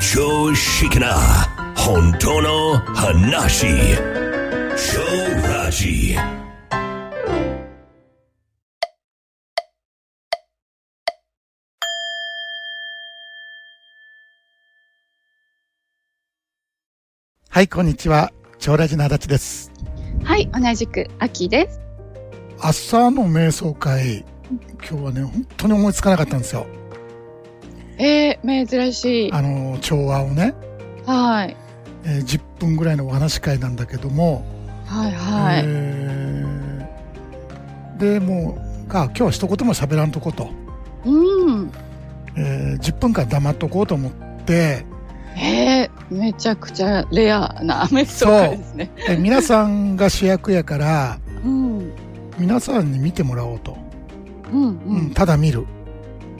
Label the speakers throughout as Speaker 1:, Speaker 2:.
Speaker 1: 常識な本当の話超ラジ
Speaker 2: はい、こんにちは。長ラジの足立です。
Speaker 3: はい、同じく秋です。
Speaker 2: 朝の瞑想会、今日はね、本当に思いつかなかったんですよ。
Speaker 3: えー、珍しい。
Speaker 2: あの、調和をね、
Speaker 3: はい。
Speaker 2: えー10分ぐらいのお話し会なんだけども、
Speaker 3: はい、はい。
Speaker 2: えーで、もう、が、今日は一言も喋らんとこと、
Speaker 3: うん。
Speaker 2: えー10分間黙っとこうと思 って、
Speaker 3: えー、めちゃくちゃレアなメソッドですね。
Speaker 2: えー皆さんが主役やから、
Speaker 3: うん。
Speaker 2: 皆さんに見てもらおうと。
Speaker 3: うん、
Speaker 2: う、
Speaker 3: うんん。
Speaker 2: ただ見る。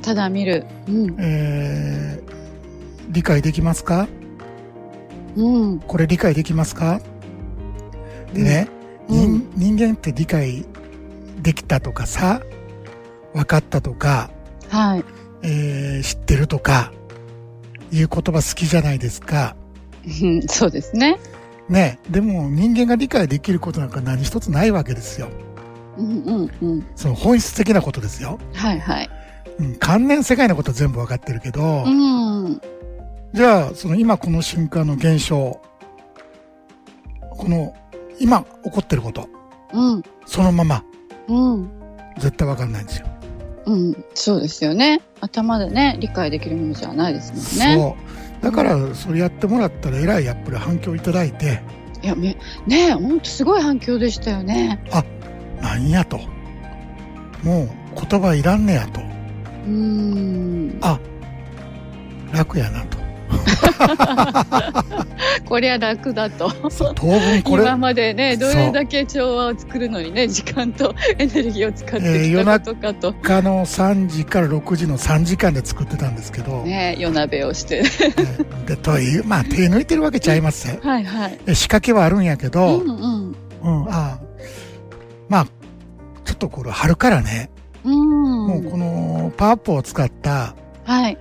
Speaker 3: ただ見る。うん。
Speaker 2: えー理解できますか
Speaker 3: うん。
Speaker 2: これ理解できますかでね、
Speaker 3: うん
Speaker 2: 人人間って理解できたとかさ、分かったとか、
Speaker 3: はい。
Speaker 2: えー知ってるとか、いう言葉好きじゃないですか。
Speaker 3: うんそうですね。
Speaker 2: ね、でも人間が理解できることなんか何一つないわけですよ。
Speaker 3: うん、うん、うん。
Speaker 2: その本質的なことですよ。
Speaker 3: はい、はい。
Speaker 2: うん、関連世界のことは全部分かってるけど、
Speaker 3: うん。
Speaker 2: じゃあ、その今この瞬間の現象、この今起こってること、
Speaker 3: うん。
Speaker 2: そのまま
Speaker 3: うん。
Speaker 2: 絶対分かんないんですよ。
Speaker 3: うん。そうですよね。頭でね、理解できるものじゃないですもんね。
Speaker 2: そうだからそれやってもらったらえらいやっぱり反響いただいて
Speaker 3: いや、め、ねえ、ほんとすごい反響でしたよね。
Speaker 2: なんやともう言葉いらんねやと
Speaker 3: うん。
Speaker 2: 楽やなと
Speaker 3: こりゃ楽だと。
Speaker 2: 当分こ れ
Speaker 3: 今、までね
Speaker 2: そう
Speaker 3: どれだけ調和を作るのにね時間 とエネルギーを使って
Speaker 2: えー
Speaker 3: き
Speaker 2: 夜
Speaker 3: た
Speaker 2: な
Speaker 3: ことかと、
Speaker 2: 他の3時から6時の3時間で作ってたんですけど、
Speaker 3: ね夜鍋をして
Speaker 2: えでというまあ手抜いてるわけちゃいますね
Speaker 3: はいはい
Speaker 2: え仕掛けはあるんやけ
Speaker 3: う
Speaker 2: ど、うん
Speaker 3: んうん
Speaker 2: ああまあちょっとこれ春からね、
Speaker 3: うん
Speaker 2: もうこのパワーアップを使った
Speaker 3: はい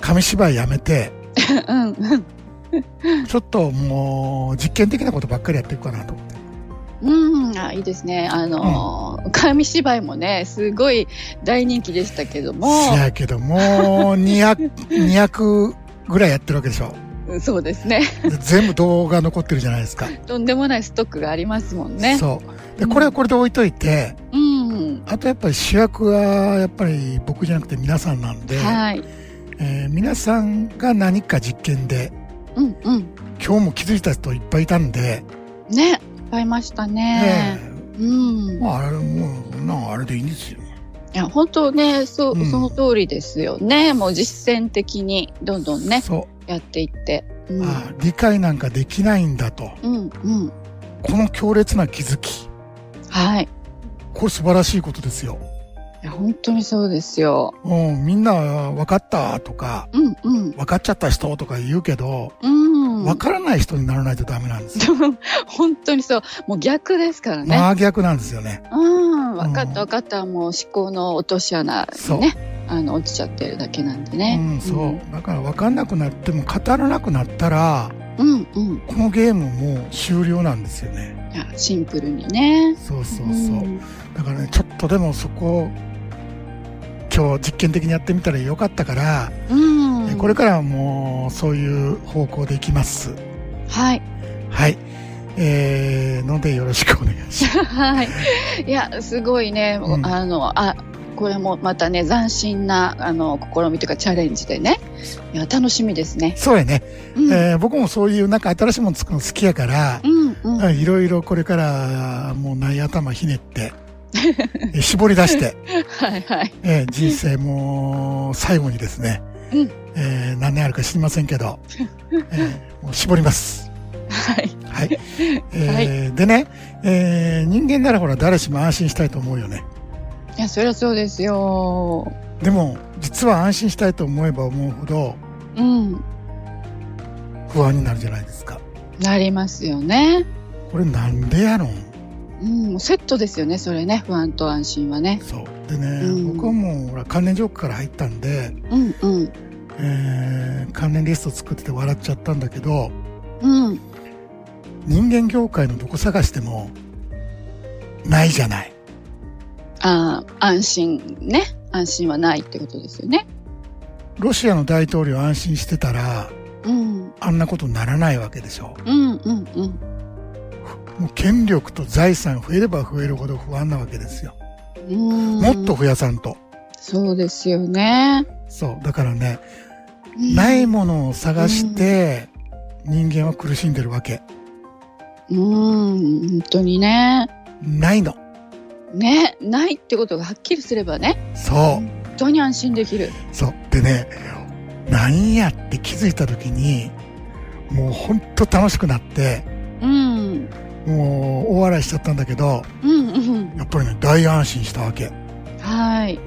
Speaker 2: 紙芝居やめて
Speaker 3: うんうん
Speaker 2: ちょっともう実験的なことばっかりやっていくかなと思って。
Speaker 3: うん、あいいですね。あのー紙芝居もね、すごい大人気でしたけども、
Speaker 2: せやけどもう200 200ぐらいやってるわけでしょ
Speaker 3: うんそうですね。
Speaker 2: で全部動画残ってるじゃないですか、
Speaker 3: とんでもないストックがありますもんね。
Speaker 2: そうでこれはこれで置いといて、
Speaker 3: うん。
Speaker 2: あとやっぱり主役はやっぱり僕じゃなくて皆さんなんで、
Speaker 3: はい。
Speaker 2: えー皆さんが何か実験で
Speaker 3: うんうん。
Speaker 2: 今日も気づいた人いっぱいいたんで、
Speaker 3: ね、いっぱいいましたね。
Speaker 2: ね
Speaker 3: うん。
Speaker 2: まあ、あれもうこんなんあれでいいんですよ
Speaker 3: いや本当ねそう、
Speaker 2: うん
Speaker 3: その通りですよねもう実践的にどんどんね
Speaker 2: そ
Speaker 3: やっていって、う
Speaker 2: う、
Speaker 3: ん、
Speaker 2: あー理解なんかできないんだと
Speaker 3: うんうん
Speaker 2: この強烈な気づき
Speaker 3: はいい
Speaker 2: これ素晴らしいことですよ、
Speaker 3: や本当にそうですよ
Speaker 2: うん、みんな分かったとか
Speaker 3: うんうん
Speaker 2: 分かっちゃった人とか言うけど、
Speaker 3: うん
Speaker 2: 分からない人にならないとダメなんですよ。
Speaker 3: 本当にそうもう逆ですからね、
Speaker 2: 真逆なんですよね。
Speaker 3: うん分かっ
Speaker 2: うん
Speaker 3: た分かったもう思考の落とし穴
Speaker 2: そう
Speaker 3: にねあの落ちちゃってるだけなんでね
Speaker 2: うん、そう。だから分かんなくなっても語らなくなったら、
Speaker 3: うんうん
Speaker 2: このゲームもう終了なんですよね。
Speaker 3: いやシンプルにね
Speaker 2: そうそう
Speaker 3: う
Speaker 2: そう。
Speaker 3: ん
Speaker 2: だからね、ちょっとでもそこを、今日実験的にやってみたらよかったから、
Speaker 3: うん、
Speaker 2: えこれからはもうそういう方向でいきます。
Speaker 3: はい
Speaker 2: はい。えー、のでよろしくお願いし ます。
Speaker 3: はい。いや、すごいね、
Speaker 2: うん
Speaker 3: あの、あ、これもまたね、斬新な、あの、試みというかチャレンジでね。いや、楽しみですね。
Speaker 2: そうやね。
Speaker 3: うん、
Speaker 2: えー僕もそういうなんか新しいもの作るの好きやから、
Speaker 3: うん、うん、
Speaker 2: うんいろいろこれからもうない頭ひねって、え絞り出して、
Speaker 3: はい、はい。
Speaker 2: えー人生もう最後にですね、
Speaker 3: うん
Speaker 2: えー何年あるか知りませんけ ど、えーもう絞ります。
Speaker 3: はい。
Speaker 2: はい。えーでね、えー人間ならほら誰しも安心したいと思うよね。
Speaker 3: いや、そりゃそうですよ。
Speaker 2: でも、実は安心したいと思えば思うほど
Speaker 3: うん。
Speaker 2: 不安になるじゃないですか。
Speaker 3: なりますよね。
Speaker 2: これなんでやろん
Speaker 3: うん、もうセットですよね、それね、不安と安心はね。
Speaker 2: そう。でね、
Speaker 3: うん
Speaker 2: 僕はもうほら関連ジョークから入ったんで、
Speaker 3: うん、うん、
Speaker 2: えー関連リスト作ってて笑っちゃったんだけど
Speaker 3: うん。
Speaker 2: 人間業界のどこ探してもないじゃない
Speaker 3: あー安心ね。安心はないってことですよね。
Speaker 2: ロシアの大統領安心してたら
Speaker 3: うん。
Speaker 2: あんなことにならないわけでしょ
Speaker 3: うんうんうん。
Speaker 2: もう権力と財産増えれば増えるほど不安なわけですよ
Speaker 3: うん
Speaker 2: もっと増やさんと
Speaker 3: そうですよね。
Speaker 2: そうだからね
Speaker 3: うん
Speaker 2: ないものを探して人間は苦しんでるわけ
Speaker 3: うん、本当にね。
Speaker 2: ないの
Speaker 3: ね、ないってことがはっきりすればね、
Speaker 2: そう
Speaker 3: 本当に安心できる。
Speaker 2: そう。でね、なんやって気づいた時に、もうほんと楽しくなって、
Speaker 3: うん、
Speaker 2: もう大笑いしちゃったんだけど、
Speaker 3: うん、うん。
Speaker 2: やっぱりね、大安心したわけ。
Speaker 3: はい。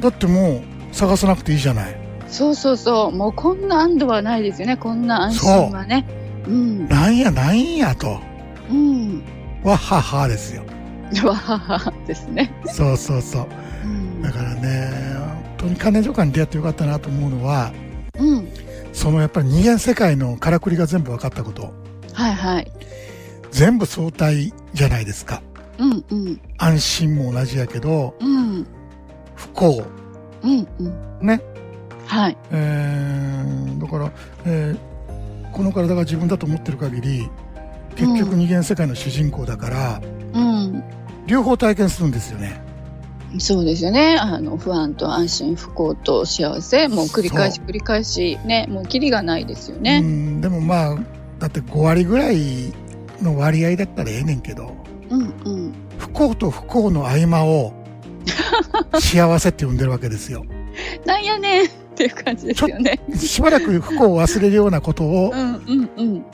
Speaker 2: だってもう探さなくていいじゃない。
Speaker 3: そうそうそう。もうこんな安堵はないですよね。こんな安心はね。うん、
Speaker 2: なんやなんやと。
Speaker 3: うん。
Speaker 2: わっはっはですよ。
Speaker 3: わははですね。
Speaker 2: そうそうそう。
Speaker 3: うん
Speaker 2: だからね、本当に金城下に出会ってよかったなと思うのは、
Speaker 3: うん。
Speaker 2: そのやっぱり人間世界のからくりが全部分かったこと。
Speaker 3: はいはい。
Speaker 2: 全部相対じゃないですか。
Speaker 3: うんうん
Speaker 2: 安心も同じやけど、
Speaker 3: うん
Speaker 2: 不幸、
Speaker 3: うんうん。
Speaker 2: ね。
Speaker 3: はい。
Speaker 2: えーだから、えーこの体が自分だと思ってる限り結局
Speaker 3: うん
Speaker 2: 二元世界の主人公だから、
Speaker 3: うん。
Speaker 2: 両方体験するんですよね
Speaker 3: そうですよね。あの、不安と安心、不幸と幸せ、もう繰り返し繰り返し、ね、もうキリがないですよ
Speaker 2: う
Speaker 3: ね。
Speaker 2: んでもまあだって5割ぐらいの割合だったらええねんけど
Speaker 3: うんうん。
Speaker 2: 不幸と不幸の合間 を幸せって呼んでるわけですよ
Speaker 3: なんやねんっていう感じですよね。
Speaker 2: しばらく不幸を忘れるようなことを
Speaker 3: うんうんうん。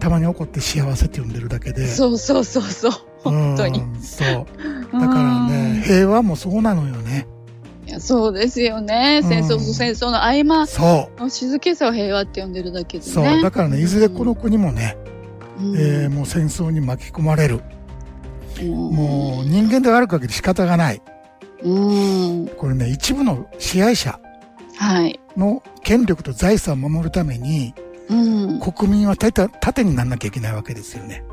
Speaker 2: たまに起こって幸せって呼んでるだけで
Speaker 3: そうそうそうそう。本当に。
Speaker 2: うんそうだからね平和もそうなのよね
Speaker 3: うん。いやそうですよね。戦争
Speaker 2: うん
Speaker 3: と戦争の合間
Speaker 2: そう
Speaker 3: の静けさを平和って呼んでるだけでね。
Speaker 2: そう、だからね、いずれこの国もね、
Speaker 3: うん、
Speaker 2: えーもう戦争に巻き込まれる。
Speaker 3: うん
Speaker 2: もう人間である限り仕方がない。
Speaker 3: うん。
Speaker 2: これね、一部の支配者
Speaker 3: はい。
Speaker 2: の権力と財産を守るために、
Speaker 3: うん。
Speaker 2: 国民は盾盾にならなきゃいけないわけですよね。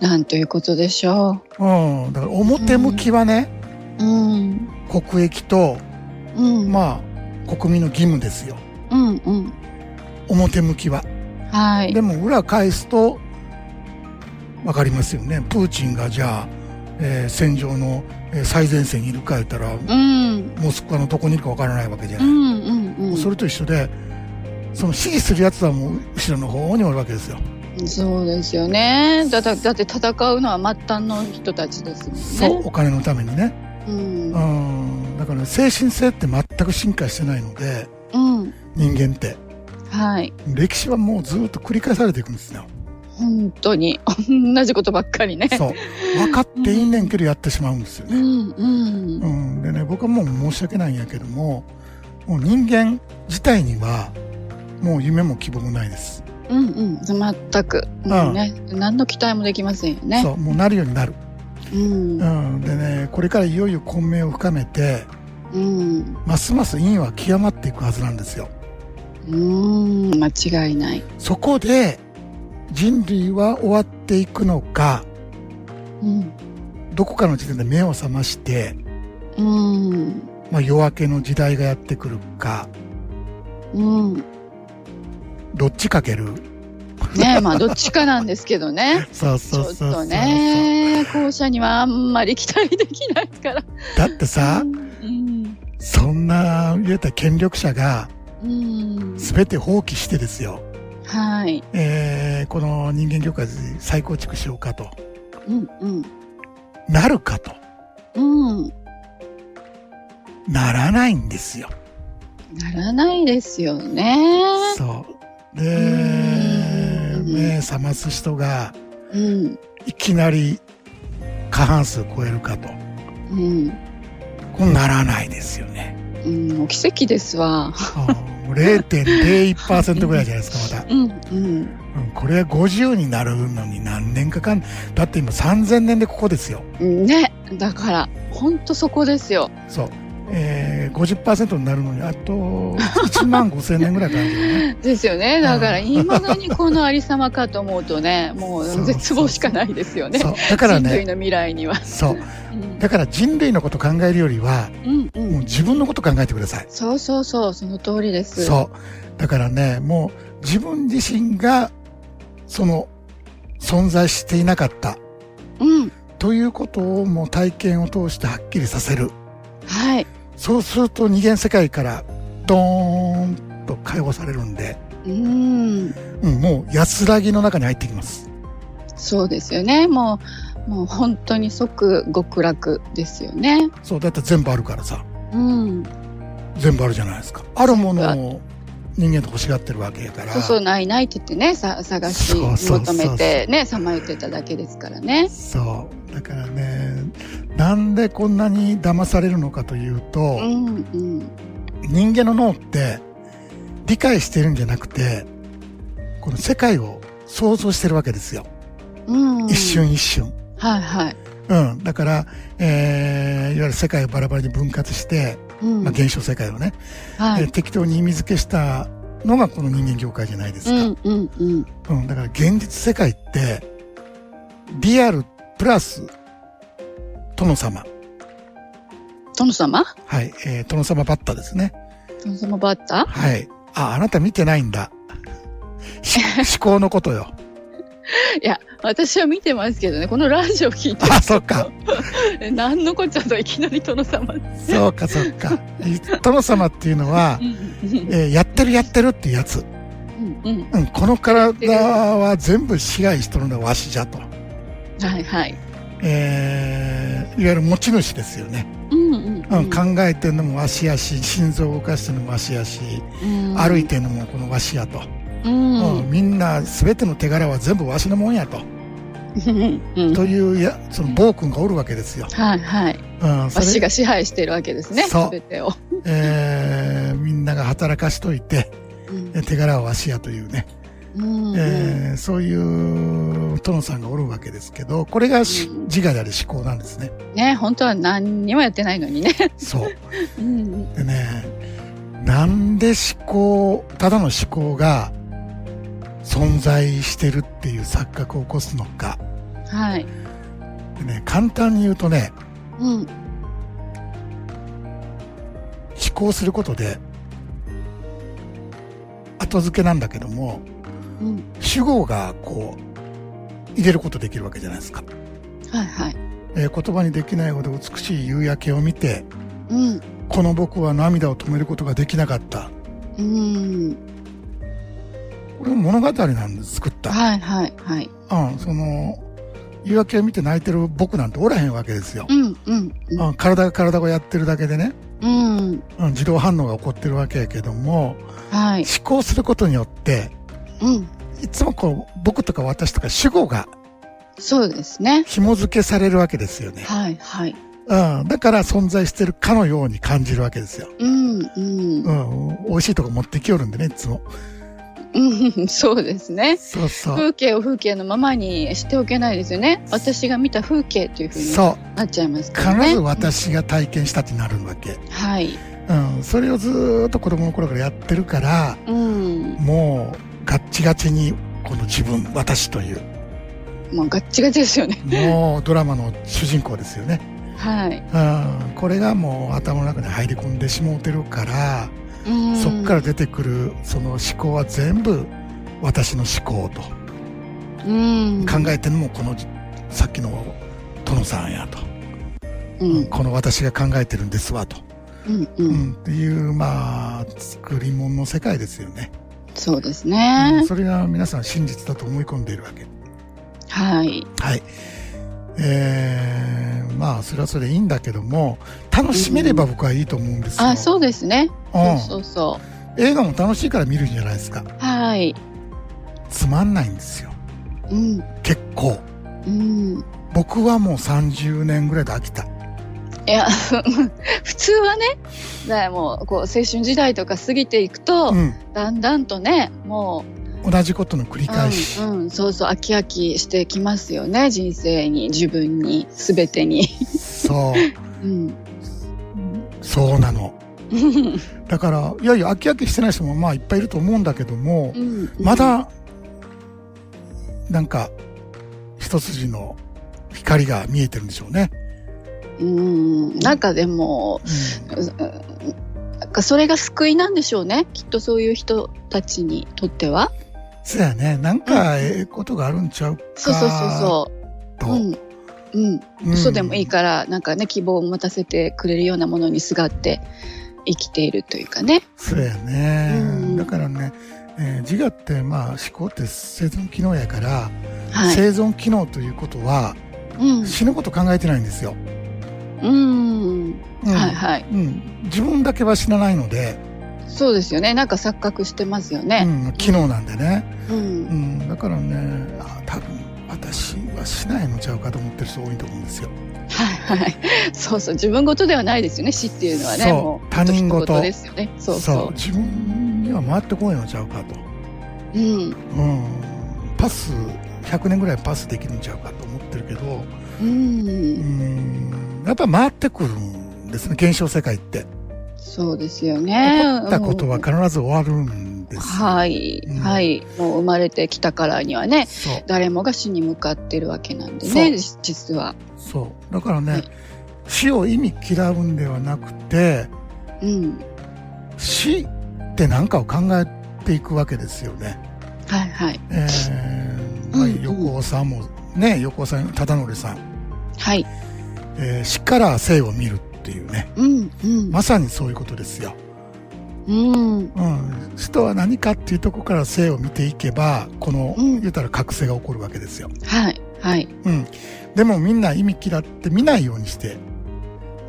Speaker 3: なんということでしょ
Speaker 2: うん。だから表向きはね、
Speaker 3: う。うん。
Speaker 2: 国益と、
Speaker 3: うん。
Speaker 2: まあ、国民の義務ですよ。
Speaker 3: うんうん。
Speaker 2: 表向きは。
Speaker 3: はい
Speaker 2: で。も裏返すと、わかりますよね。プーチンがじゃあ、えー戦場のえー最前線にいるか言ったら、
Speaker 3: うん。
Speaker 2: モスクワのどこにいるかわからないわけじゃ
Speaker 3: う
Speaker 2: ない、
Speaker 3: んうんう
Speaker 2: それと一緒でその支持するやつはもう後ろの方におるわけですよ、
Speaker 3: ん。そうですよね。だだだって戦うのは末端の人たちですもんね。
Speaker 2: そうお金のためにね
Speaker 3: う。ん
Speaker 2: う。んだから精神性って全く進化してないので
Speaker 3: うん。
Speaker 2: 人間って
Speaker 3: はい。
Speaker 2: 歴史はもうずっと繰り返されていくんですよ
Speaker 3: 本当に。同じことばっかりね。
Speaker 2: そう分かっていいねんけどやってしまうんですよ
Speaker 3: う
Speaker 2: ね、
Speaker 3: んうん。
Speaker 2: うん、でね僕はもう申し訳ないんやけどももう人間自体にはもう夢も希望もないです、
Speaker 3: うんうん。全く。もうね。何の期待もできませんよね。
Speaker 2: そうもうなるようになる、
Speaker 3: うん。
Speaker 2: うん、でねこれからいよいよ混迷を深めて
Speaker 3: うん。
Speaker 2: ますます陰は極まっていくはずなんですよ
Speaker 3: うん。間違いない。
Speaker 2: そこで人類は終わっていくのか
Speaker 3: うん。
Speaker 2: どこかの時点で目を覚まして、
Speaker 3: うん。
Speaker 2: まあ、夜明けの時代がやってくるか
Speaker 3: うん。
Speaker 2: どっちかける
Speaker 3: ね え、まあどっちかなんですけどね。
Speaker 2: そう
Speaker 3: ち
Speaker 2: そ
Speaker 3: ょ
Speaker 2: うそう
Speaker 3: っ
Speaker 2: そう
Speaker 3: とね、後者にはあんまり期待できないから。
Speaker 2: だってさ
Speaker 3: うん。
Speaker 2: そんな言えた権力者が
Speaker 3: うん。
Speaker 2: 全て放棄してですよ、
Speaker 3: はい。
Speaker 2: えー、この人間業界再構築しようかと
Speaker 3: うんうん。
Speaker 2: なるかと
Speaker 3: うん。
Speaker 2: ならないんですよ
Speaker 3: ならないですよね。
Speaker 2: そう。
Speaker 3: う
Speaker 2: で、
Speaker 3: ん
Speaker 2: 目覚ます人が
Speaker 3: うん。
Speaker 2: いきなり過半数超えるかと。
Speaker 3: うん。
Speaker 2: こうならないですよね。
Speaker 3: うん、もう奇跡ですわ。
Speaker 2: うんもう0.01%ぐらいじゃないですか、ま
Speaker 3: うん、うん。
Speaker 2: た。うんこれは50になるのに何年かかん、だって今3000年でここですよ。
Speaker 3: ね、だから、ほんとそこですよ。
Speaker 2: そう。えー、50%になるのにあと1万5000年ぐらいかかるけどね
Speaker 3: ですよね。だから、いまだにこのありさまかと思うとね、も
Speaker 2: そう
Speaker 3: う絶望しかないです よね。
Speaker 2: そうだから
Speaker 3: 人類
Speaker 2: ね
Speaker 3: の未来には。
Speaker 2: そう
Speaker 3: うん
Speaker 2: だから人類のこと考えるよりは
Speaker 3: うん、う。
Speaker 2: もうん自分のこと考えてください
Speaker 3: そうそうそう、その通りです。
Speaker 2: そうだからねもう自分自身がその存在していなかった
Speaker 3: うん。
Speaker 2: ということをもう体験を通してはっきりさせる
Speaker 3: はい。
Speaker 2: そうすると二元世界からドーンと解放されるんで、
Speaker 3: うん。
Speaker 2: うん、もう安らぎの中に入ってきます
Speaker 3: そうですよね。もう、もう本当に即極楽ですよね。
Speaker 2: そうだって全部あるからさ
Speaker 3: うん。
Speaker 2: 全部あるじゃないですかあるものを人間と欲しがってるわけやから
Speaker 3: そうそう、ないないって言ってね、さ探し、
Speaker 2: そうそうそうそう
Speaker 3: 求めて、ね、さまよってただけですからね。
Speaker 2: そうだからねなんでこんなに騙されるのかというと、
Speaker 3: うん、うん。
Speaker 2: 人間の脳って理解してるんじゃなくてこの世界を想像してるわけですよ、
Speaker 3: うん。
Speaker 2: 一。瞬一瞬
Speaker 3: はいはい。
Speaker 2: うんだから、えーいわゆる世界をバラバラに分割して、
Speaker 3: うん。
Speaker 2: まあ、現象世界をね、
Speaker 3: は
Speaker 2: え
Speaker 3: い
Speaker 2: ー。適当に意味付けしたのがこの人間業界じゃないです
Speaker 3: う
Speaker 2: か、
Speaker 3: んうんうん。
Speaker 2: うん、だから現実世界って、リアルプラス、殿様。
Speaker 3: 殿様
Speaker 2: はい、えー、殿様バッタですね。
Speaker 3: 殿様バッタ
Speaker 2: はい。あ、あなた見てないんだ。 し 思考のことよ。
Speaker 3: いや、私は見てますけどね、このラジオ聞いて
Speaker 2: あ、そっか。
Speaker 3: え、なんのこっちゃといきなり殿様。
Speaker 2: そうか、そう か。い殿様っていうのは
Speaker 3: う、ん
Speaker 2: えーやってるやってるっていうやつ。
Speaker 3: うんうん。
Speaker 2: うん、この体は全部支配しとるのはわしじゃと。
Speaker 3: はいはい。
Speaker 2: えー、いわゆる持ち主ですよね。
Speaker 3: うんうん
Speaker 2: うん、考えてるのもわしやし、心臓を動かしてるのもわしやし、歩い
Speaker 3: て。
Speaker 2: てるのもこのわしやと、
Speaker 3: うん。
Speaker 2: う
Speaker 3: うん
Speaker 2: みんな全ての手柄は全部わしのもんやと、
Speaker 3: んうん
Speaker 2: というやその暴君がおるわけですよ、
Speaker 3: はいはい。
Speaker 2: うん、そ
Speaker 3: わ
Speaker 2: れ
Speaker 3: しが支配してるわけですね、
Speaker 2: そう
Speaker 3: すべてを。
Speaker 2: えーみんなが働かしといて
Speaker 3: うん
Speaker 2: 手柄はわしやというね、
Speaker 3: うんうん
Speaker 2: えーそういう殿さんがおるわけですけどこれがし
Speaker 3: うん
Speaker 2: 自我であり思考なんです ね
Speaker 3: ね、本当は何にもやってないのにね。
Speaker 2: そう
Speaker 3: うん
Speaker 2: でねなんで思考ただの思考が存在してるっていう錯覚を起こすのか
Speaker 3: はい。
Speaker 2: でね簡単に言うとね
Speaker 3: うん。
Speaker 2: 思考することで後付けなんだけども
Speaker 3: うん。
Speaker 2: 主語がこう入れることできるわけじゃないですか、
Speaker 3: はいはい。
Speaker 2: えー言葉にできないほど美しい夕焼けを見て
Speaker 3: うん。
Speaker 2: この僕は涙を止めることができなかった
Speaker 3: うん。
Speaker 2: これも物語なんで作った、
Speaker 3: はいはいはい。
Speaker 2: うん、その夕焼けを見て泣いてる僕なんておらへんわけですよ
Speaker 3: う、んうんうん
Speaker 2: うん、体が体をやってるだけでね、
Speaker 3: うん。
Speaker 2: うん、自動反応が起こってるわけやけども
Speaker 3: はい。
Speaker 2: 思考することによって
Speaker 3: うん。
Speaker 2: いつもこう僕とか私とか主語が
Speaker 3: そうですね。
Speaker 2: 紐付けされるわけですよね。
Speaker 3: はいはい。
Speaker 2: うん。だから存在してるかのように感じるわけですよ。
Speaker 3: うんうん
Speaker 2: う。ん。美味しいとこ持ってきよるんでね、いつも。
Speaker 3: うん、 そうですね。
Speaker 2: そうそう。
Speaker 3: 風景を風景のままにしておけないですよね。私が見た風景というふうに
Speaker 2: そう。
Speaker 3: なっちゃいますからね。
Speaker 2: 必ず私が体験したってなるわけ。
Speaker 3: はい。
Speaker 2: うん。それをずーっと子供の頃からやってるから、
Speaker 3: うん。
Speaker 2: もう、ガッチガチに、この自分、私という、
Speaker 3: もうガッチガチですよね。
Speaker 2: もうドラマの主人公ですよね。
Speaker 3: はい。
Speaker 2: うん。これがもう頭の中に入り込んでしもうてるから、
Speaker 3: うん。
Speaker 2: そこから出てくるその思考は全部私の思考と
Speaker 3: ら、うん。
Speaker 2: 考えてるのもこのさっきの殿さんやと、
Speaker 3: うん。
Speaker 2: この私が考えてるんですわと、
Speaker 3: うん。う
Speaker 2: うん
Speaker 3: ん。
Speaker 2: っていうまあ作り物の世界ですよね、
Speaker 3: そうです
Speaker 2: う
Speaker 3: ね
Speaker 2: ん。それが皆さん真実だと思い込んでいるわけ
Speaker 3: はい。
Speaker 2: はいえー、まあそれはそれでいいんだけども楽しめれば僕はいいと思うんですよ、
Speaker 3: あ、そうですね。
Speaker 2: うん
Speaker 3: そうそうそ
Speaker 2: 映画も楽しいから見るんじゃないですか
Speaker 3: う。はい。
Speaker 2: つまんないんですよ
Speaker 3: うん。
Speaker 2: 結構
Speaker 3: うん。
Speaker 2: 僕はもう30年ぐらいで飽きた
Speaker 3: いや、 普通はね、だからもう、こう、青春時代とか過ぎていくと、
Speaker 2: うん、
Speaker 3: だんだんとね、も
Speaker 2: 同じことの繰り
Speaker 3: う、
Speaker 2: 返し、
Speaker 3: うん、うん、そうそう、飽き飽きしてきますよね、人生に、自分に、すべてに。
Speaker 2: そう
Speaker 3: うん。
Speaker 2: そうなのだからいやいや飽き飽きしてない人もまあいっぱいいると思うんだけども、
Speaker 3: うん
Speaker 2: まだなんか一筋の光が見えてるんでしょうね、
Speaker 3: うんなんかでも
Speaker 2: うん
Speaker 3: うんなんかそれが救いなんでしょうねきっとそういう人たちにとっては
Speaker 2: そうやねなんかええことがあるんちゃうか
Speaker 3: そうそうそうそう
Speaker 2: と、
Speaker 3: うんうん
Speaker 2: うん
Speaker 3: 嘘でもいいからなんかね希望を持たせてくれるようなものにすがって生きているというかね
Speaker 2: そうやね、
Speaker 3: うん
Speaker 2: だからね、えー自我ってまあ思考って生存機能やから、
Speaker 3: はい
Speaker 2: 生存機能ということは
Speaker 3: うん
Speaker 2: 死ぬこと考えてないんですよ、
Speaker 3: うん
Speaker 2: うん
Speaker 3: はいはい
Speaker 2: うん、自分だけは死なないので、
Speaker 3: そうですよねなんか錯覚してますよ
Speaker 2: う
Speaker 3: ね
Speaker 2: ん、機能なんでね、
Speaker 3: う
Speaker 2: うんん、だからねあ多分私はしないのちゃうかと思ってる人多いと思うんですよ
Speaker 3: はいはいそうそう自分事ではないですよね死っていうのはね
Speaker 2: そう
Speaker 3: もう
Speaker 2: 他人事
Speaker 3: 人ですよねそうそう
Speaker 2: 自分には回ってこないのちゃうかと、
Speaker 3: うん
Speaker 2: うん、パス100年ぐらいパスできるんちゃうかと思ってるけど、う
Speaker 3: う
Speaker 2: んんやっぱ回ってくるんですね現象世界って
Speaker 3: そうですよ
Speaker 2: 起
Speaker 3: ね
Speaker 2: こったことは
Speaker 3: うん
Speaker 2: 必ず終わるんですよ、
Speaker 3: はい、
Speaker 2: うん
Speaker 3: はいもう生まれてきたからにはね
Speaker 2: そう
Speaker 3: 誰もが死に向かってるわけなんで
Speaker 2: そう
Speaker 3: ね実実は
Speaker 2: そうだからね、
Speaker 3: はい
Speaker 2: 死を意味嫌うんではなくて
Speaker 3: うん
Speaker 2: 死って何かを考えていくわけですよね、
Speaker 3: はいはい
Speaker 2: えーまあ
Speaker 3: うんうん
Speaker 2: 横尾さんもね横尾さん忠則さん、
Speaker 3: はい
Speaker 2: えー死から生を見るっていうね
Speaker 3: うんうん、
Speaker 2: まさにそういうことですよ、
Speaker 3: うん
Speaker 2: うん、死とは何かっていうところから生を見ていけばこの、
Speaker 3: うん
Speaker 2: 言うたら覚醒が起こるわけですよ
Speaker 3: はいはい、
Speaker 2: うん、でもみんな意味嫌って見ないようにして、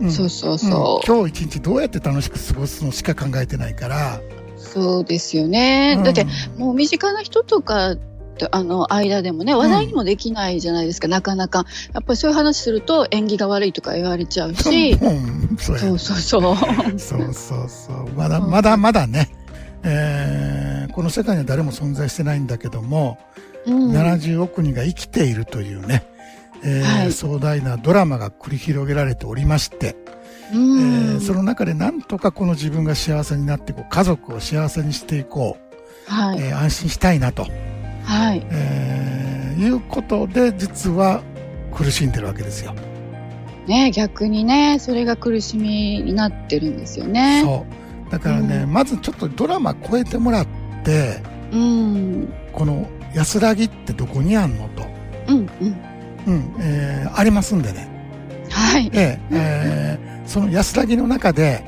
Speaker 2: うん
Speaker 3: そうそうそう、
Speaker 2: うん今日一日どうやって楽しく過ごすのしか考えてないから、
Speaker 3: そうですよね、
Speaker 2: うん
Speaker 3: だってもう身近な人とかとあの間でもね話題にもできないじゃないですか、なかなかやっぱりそういう話すると縁起が悪いとか言われちゃうし
Speaker 2: うん そうや
Speaker 3: そうそうそ
Speaker 2: そ
Speaker 3: う
Speaker 2: うそうそうまだ
Speaker 3: うん
Speaker 2: まだまだね、えーこの世界には誰も存在してないんだけども、
Speaker 3: うん
Speaker 2: 70億人が生きているというね、えー
Speaker 3: はい
Speaker 2: 壮大なドラマが繰り広げられておりまして、
Speaker 3: うん
Speaker 2: えーその中でなんとかこの自分が幸せになっていこう家族を幸せにしていこう、
Speaker 3: はい、
Speaker 2: えー安心したいなと
Speaker 3: はい
Speaker 2: えーいうことで実は苦しんでるわけですよ。
Speaker 3: ね逆にねそれが苦しみになってるんですよね
Speaker 2: そうだからね、
Speaker 3: う
Speaker 2: まずちょっとドラマ超えてもらって
Speaker 3: うん
Speaker 2: この安らぎってどこにあんのと、
Speaker 3: うんうん
Speaker 2: うんえーありますんでね、
Speaker 3: はい
Speaker 2: えええーその安らぎの中で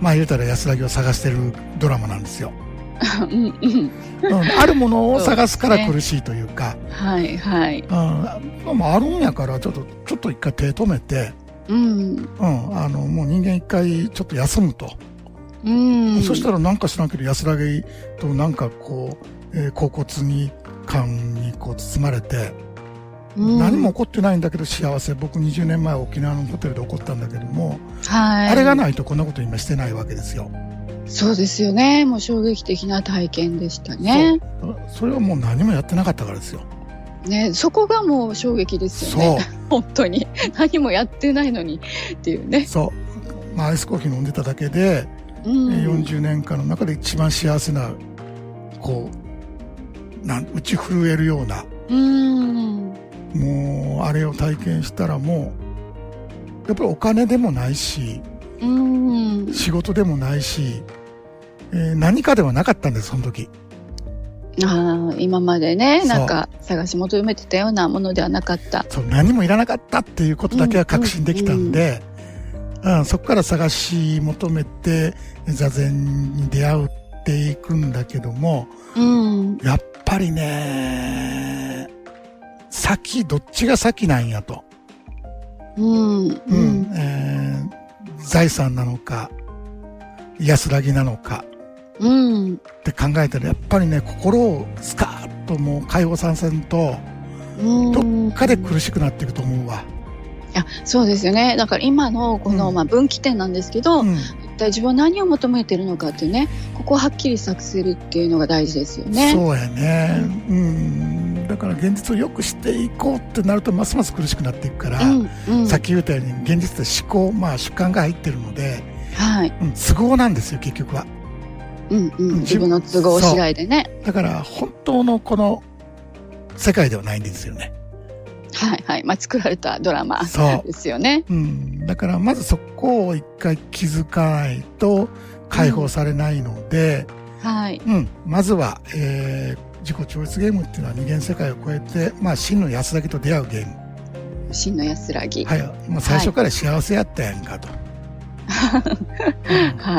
Speaker 2: まあ言うたら安らぎを探してるドラマなんですよ。
Speaker 3: うんうん
Speaker 2: うん、あるものを探すから
Speaker 3: そうです
Speaker 2: 苦し
Speaker 3: ね
Speaker 2: いというか
Speaker 3: はいはい
Speaker 2: うんまああるんやからちょっとちょっと一回手止めて、
Speaker 3: うん
Speaker 2: うん、あのもう人間一回ちょっと休むと。
Speaker 3: うん
Speaker 2: そしたらなんか知らんけど安らぎとなんかこう、えー、甲骨に感にこう包まれて、
Speaker 3: うん
Speaker 2: 何も起こってないんだけど幸せ僕20年前沖縄のホテルで起こったんだけども、
Speaker 3: はい
Speaker 2: あれがないとこんなこと今してないわけですよ、
Speaker 3: そうですよね。もう衝撃的な体験でしたね。
Speaker 2: そうそれはもう何もやってなかったからですよ
Speaker 3: ね、そこがもう衝撃ですよね。 本当に何もやってないのにっていうね。
Speaker 2: そうまあ、アイスコーヒー飲んでただけで、
Speaker 3: うん
Speaker 2: えー40年間の中で一番幸せなこうなん打ち震えるような
Speaker 3: うん。
Speaker 2: もうあれを体験したらもうやっぱりお金でもないし
Speaker 3: うん。
Speaker 2: 仕事でもないし、えー何かではなかったんですその時
Speaker 3: ああ、今までね、
Speaker 2: そう
Speaker 3: なんか探し求めてたようなものではなかった。
Speaker 2: そう何もいらなかったっていうことだけは確信できたんで、うんそこから探し求めて座禅に出会っていくんだけども
Speaker 3: うん。
Speaker 2: やっぱりね先どっちが先なんやと、
Speaker 3: うん。
Speaker 2: う
Speaker 3: うんん。
Speaker 2: えー財産なのか安らぎなのか
Speaker 3: うん。
Speaker 2: って考えたらやっぱりね心をスカーッともう解放させんと
Speaker 3: うん。
Speaker 2: どっかで苦しくなっていくと思うわ、
Speaker 3: いや、そうですよね。だから今のこの、
Speaker 2: うん
Speaker 3: まあ分岐点なんですけど、
Speaker 2: うん
Speaker 3: 一体自分は何を求めてるのかっていうね、ここをはっきりさせるっていうのが大事ですよね。
Speaker 2: そうやねうんだから現実を良くしていこうってなるとますます苦しくなっていくから、
Speaker 3: うんうん、
Speaker 2: さっき言ったように現実って思考まあ主観が入ってるので、
Speaker 3: はい。
Speaker 2: うん、都合なんですよ結局は
Speaker 3: うんうん。
Speaker 2: 自
Speaker 3: 自
Speaker 2: 分
Speaker 3: 分の都合次第でね。
Speaker 2: だから本当のこの世界ではないんですよね、
Speaker 3: はいはい。まあ、作られたドラマ
Speaker 2: そう
Speaker 3: ですよね。
Speaker 2: うん、だからまずそこを一回気づかないと解放されないので、
Speaker 3: はい。
Speaker 2: うんまずは、えー自己超越ゲームっていうのは二元世界を超えて、まあ、真の安らぎと出会うゲーム、
Speaker 3: 真の安らぎ。は
Speaker 2: はいまあ、最初から幸せやったやんかと、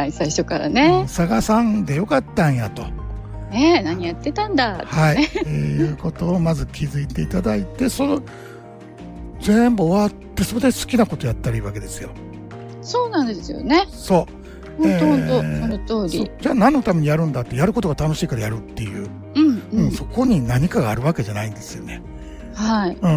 Speaker 3: い、最初から
Speaker 2: うん
Speaker 3: ね。
Speaker 2: 探さんでよかったんやと、
Speaker 3: ねえ何やってたんだ。
Speaker 2: はい、えーいうことをまず気づいていただいてその全部終わってそれで好きなことやったらいいわけですよ
Speaker 3: そうなんですよね。
Speaker 2: そう
Speaker 3: ほんとほんと、
Speaker 2: えー
Speaker 3: その通
Speaker 2: そう
Speaker 3: り。
Speaker 2: じゃあ何のためにやるんだってやることが楽しいからやるっていう、
Speaker 3: うん
Speaker 2: うん
Speaker 3: うん。
Speaker 2: そこに何かがあるわけじゃないんですよね、
Speaker 3: はい。
Speaker 2: う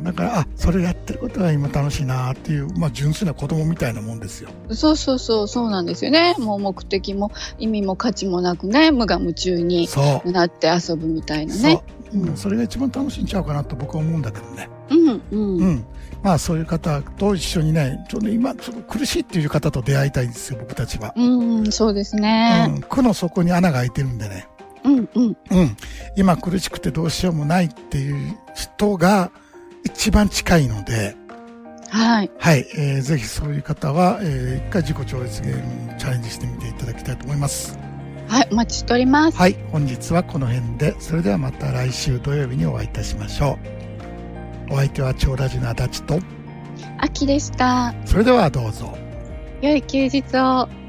Speaker 2: ん、だからあそれやってることが今楽しいなっていう、まあ、純粋な子供みたいなもんですよ
Speaker 3: そうそうそう、そうなんですよね。もう目的も意味も価値もなくね、無我夢中に
Speaker 2: そう
Speaker 3: なって遊ぶみたいな
Speaker 2: そう
Speaker 3: ね。、
Speaker 2: うん、それが一番楽しいんちゃうかなと僕は思うんだけどね
Speaker 3: うんうん。
Speaker 2: うん、まあそういう方と一緒にねちょっと今ちょっと苦しいっていう方と出会いたいんですよ僕たちは、
Speaker 3: うん、うん、そうです
Speaker 2: う
Speaker 3: ね。
Speaker 2: ん、苦の底に穴が開いてるんでね
Speaker 3: うん、うん、
Speaker 2: うん、今苦しくてどうしようもないっていう人が一番近いので、
Speaker 3: はい。
Speaker 2: はい、えーぜひそういう方は、えー一回自己超越ゲームにチャレンジしてみていただきたいと思います。
Speaker 3: はい、お待ちしております。
Speaker 2: はい、本日はこの辺で、それではまた来週土曜日にお会いいたしましょう。お相手は超ラジの足立と、
Speaker 3: 秋でした。
Speaker 2: それではどうぞ。
Speaker 3: 良い休日を。